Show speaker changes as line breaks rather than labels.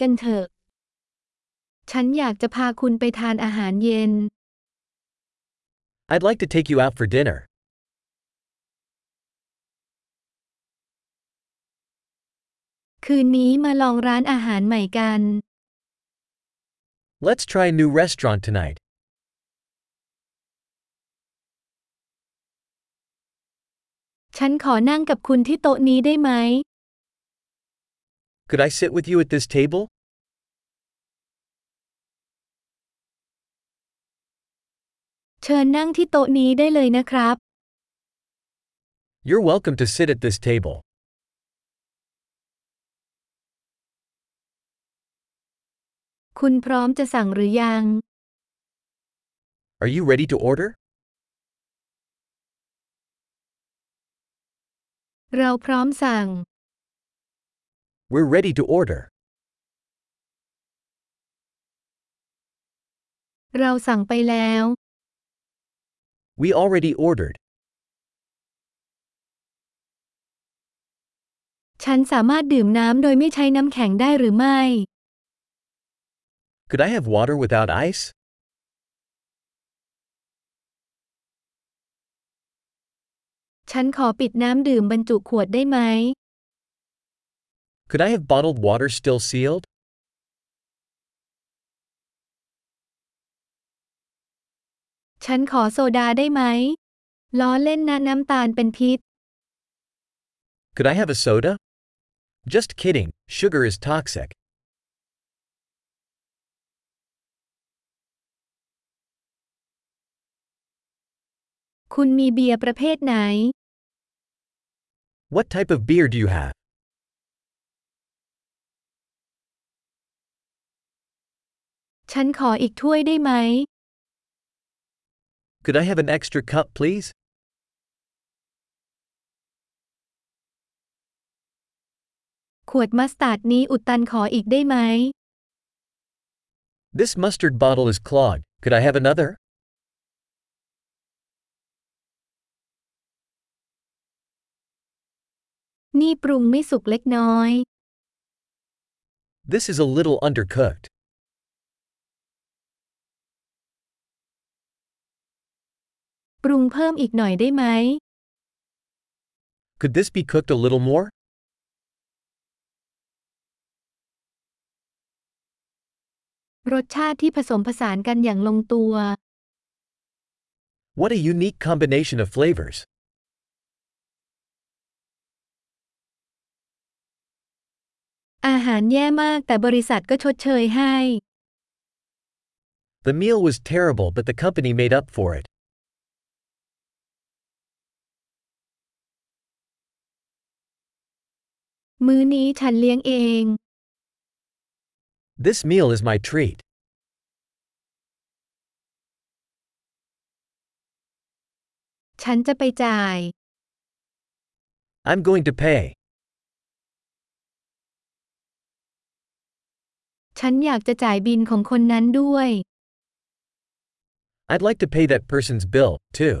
กันเถอะ ฉันอยากจะพาคุณไปทานอาหารเย็น
I'd like to take you out for dinner.
คืนนี้มาลองร้านอาหารใหม่กัน
Let's try a new restaurant tonight.
ฉันขอนั่งกับคุณที่โต๊ะนี้ได้ไหม
Could I sit with you at this table?
เชิญนั่งที่โต๊ะนี้ได้เลยนะครับ
You're welcome to sit at this table.
คุณพร้อมจะสั่งหรือยัง
Are you ready to order?
เราพร้อมสั่ง
We're ready to order.
เราสั่งไปแล้ว
We already ordered.
ฉันสามารถดื่มน้ำโดยไม่ใช้น้ำแข็งได้หรือไม่
Could I have water without ice?
ฉันขอปิดน้ำดื่มบรรจุขวดได้ไหม
Could I have bottled water still sealed?
ฉันขอโซดาได้ไหม ล้อเล่นนะน้ำตาลเป็นพิษ
Could I have a soda? Just kidding, sugar is toxic.
คุณมีเบียร์ประเภทไหน
What type of beer do you have?
ฉันขออีกถ้วยได้ไหม
Could I have an extra cup, please?
ขวดมัสตาร์ดนี้อุดตันขออีกได้ไหม
This mustard bottle is clogged. Could I have another?
นี่ปรุงไม่สุกเล็กน้อย
This is a little undercooked.
ปรุงเพิ่มอีกหน่อยได้ไหม
Could this be cooked a little more?
รสชาติที่ผสมผสานกันอย่างลงตัว
What a unique combination of flavors.
อาหารแย่มากแต่บริษัทก็ชดเชยให้
The meal was terrible, but the company made up for it.
มื้อนี้ฉันเลี้ยงเอง
This meal is my treat.
ฉันจะไปจ่าย
I'm going to pay.
ฉันอยากจะจ่ายบินของคนนั้นด้วย
I'd like to pay that person's bill, too.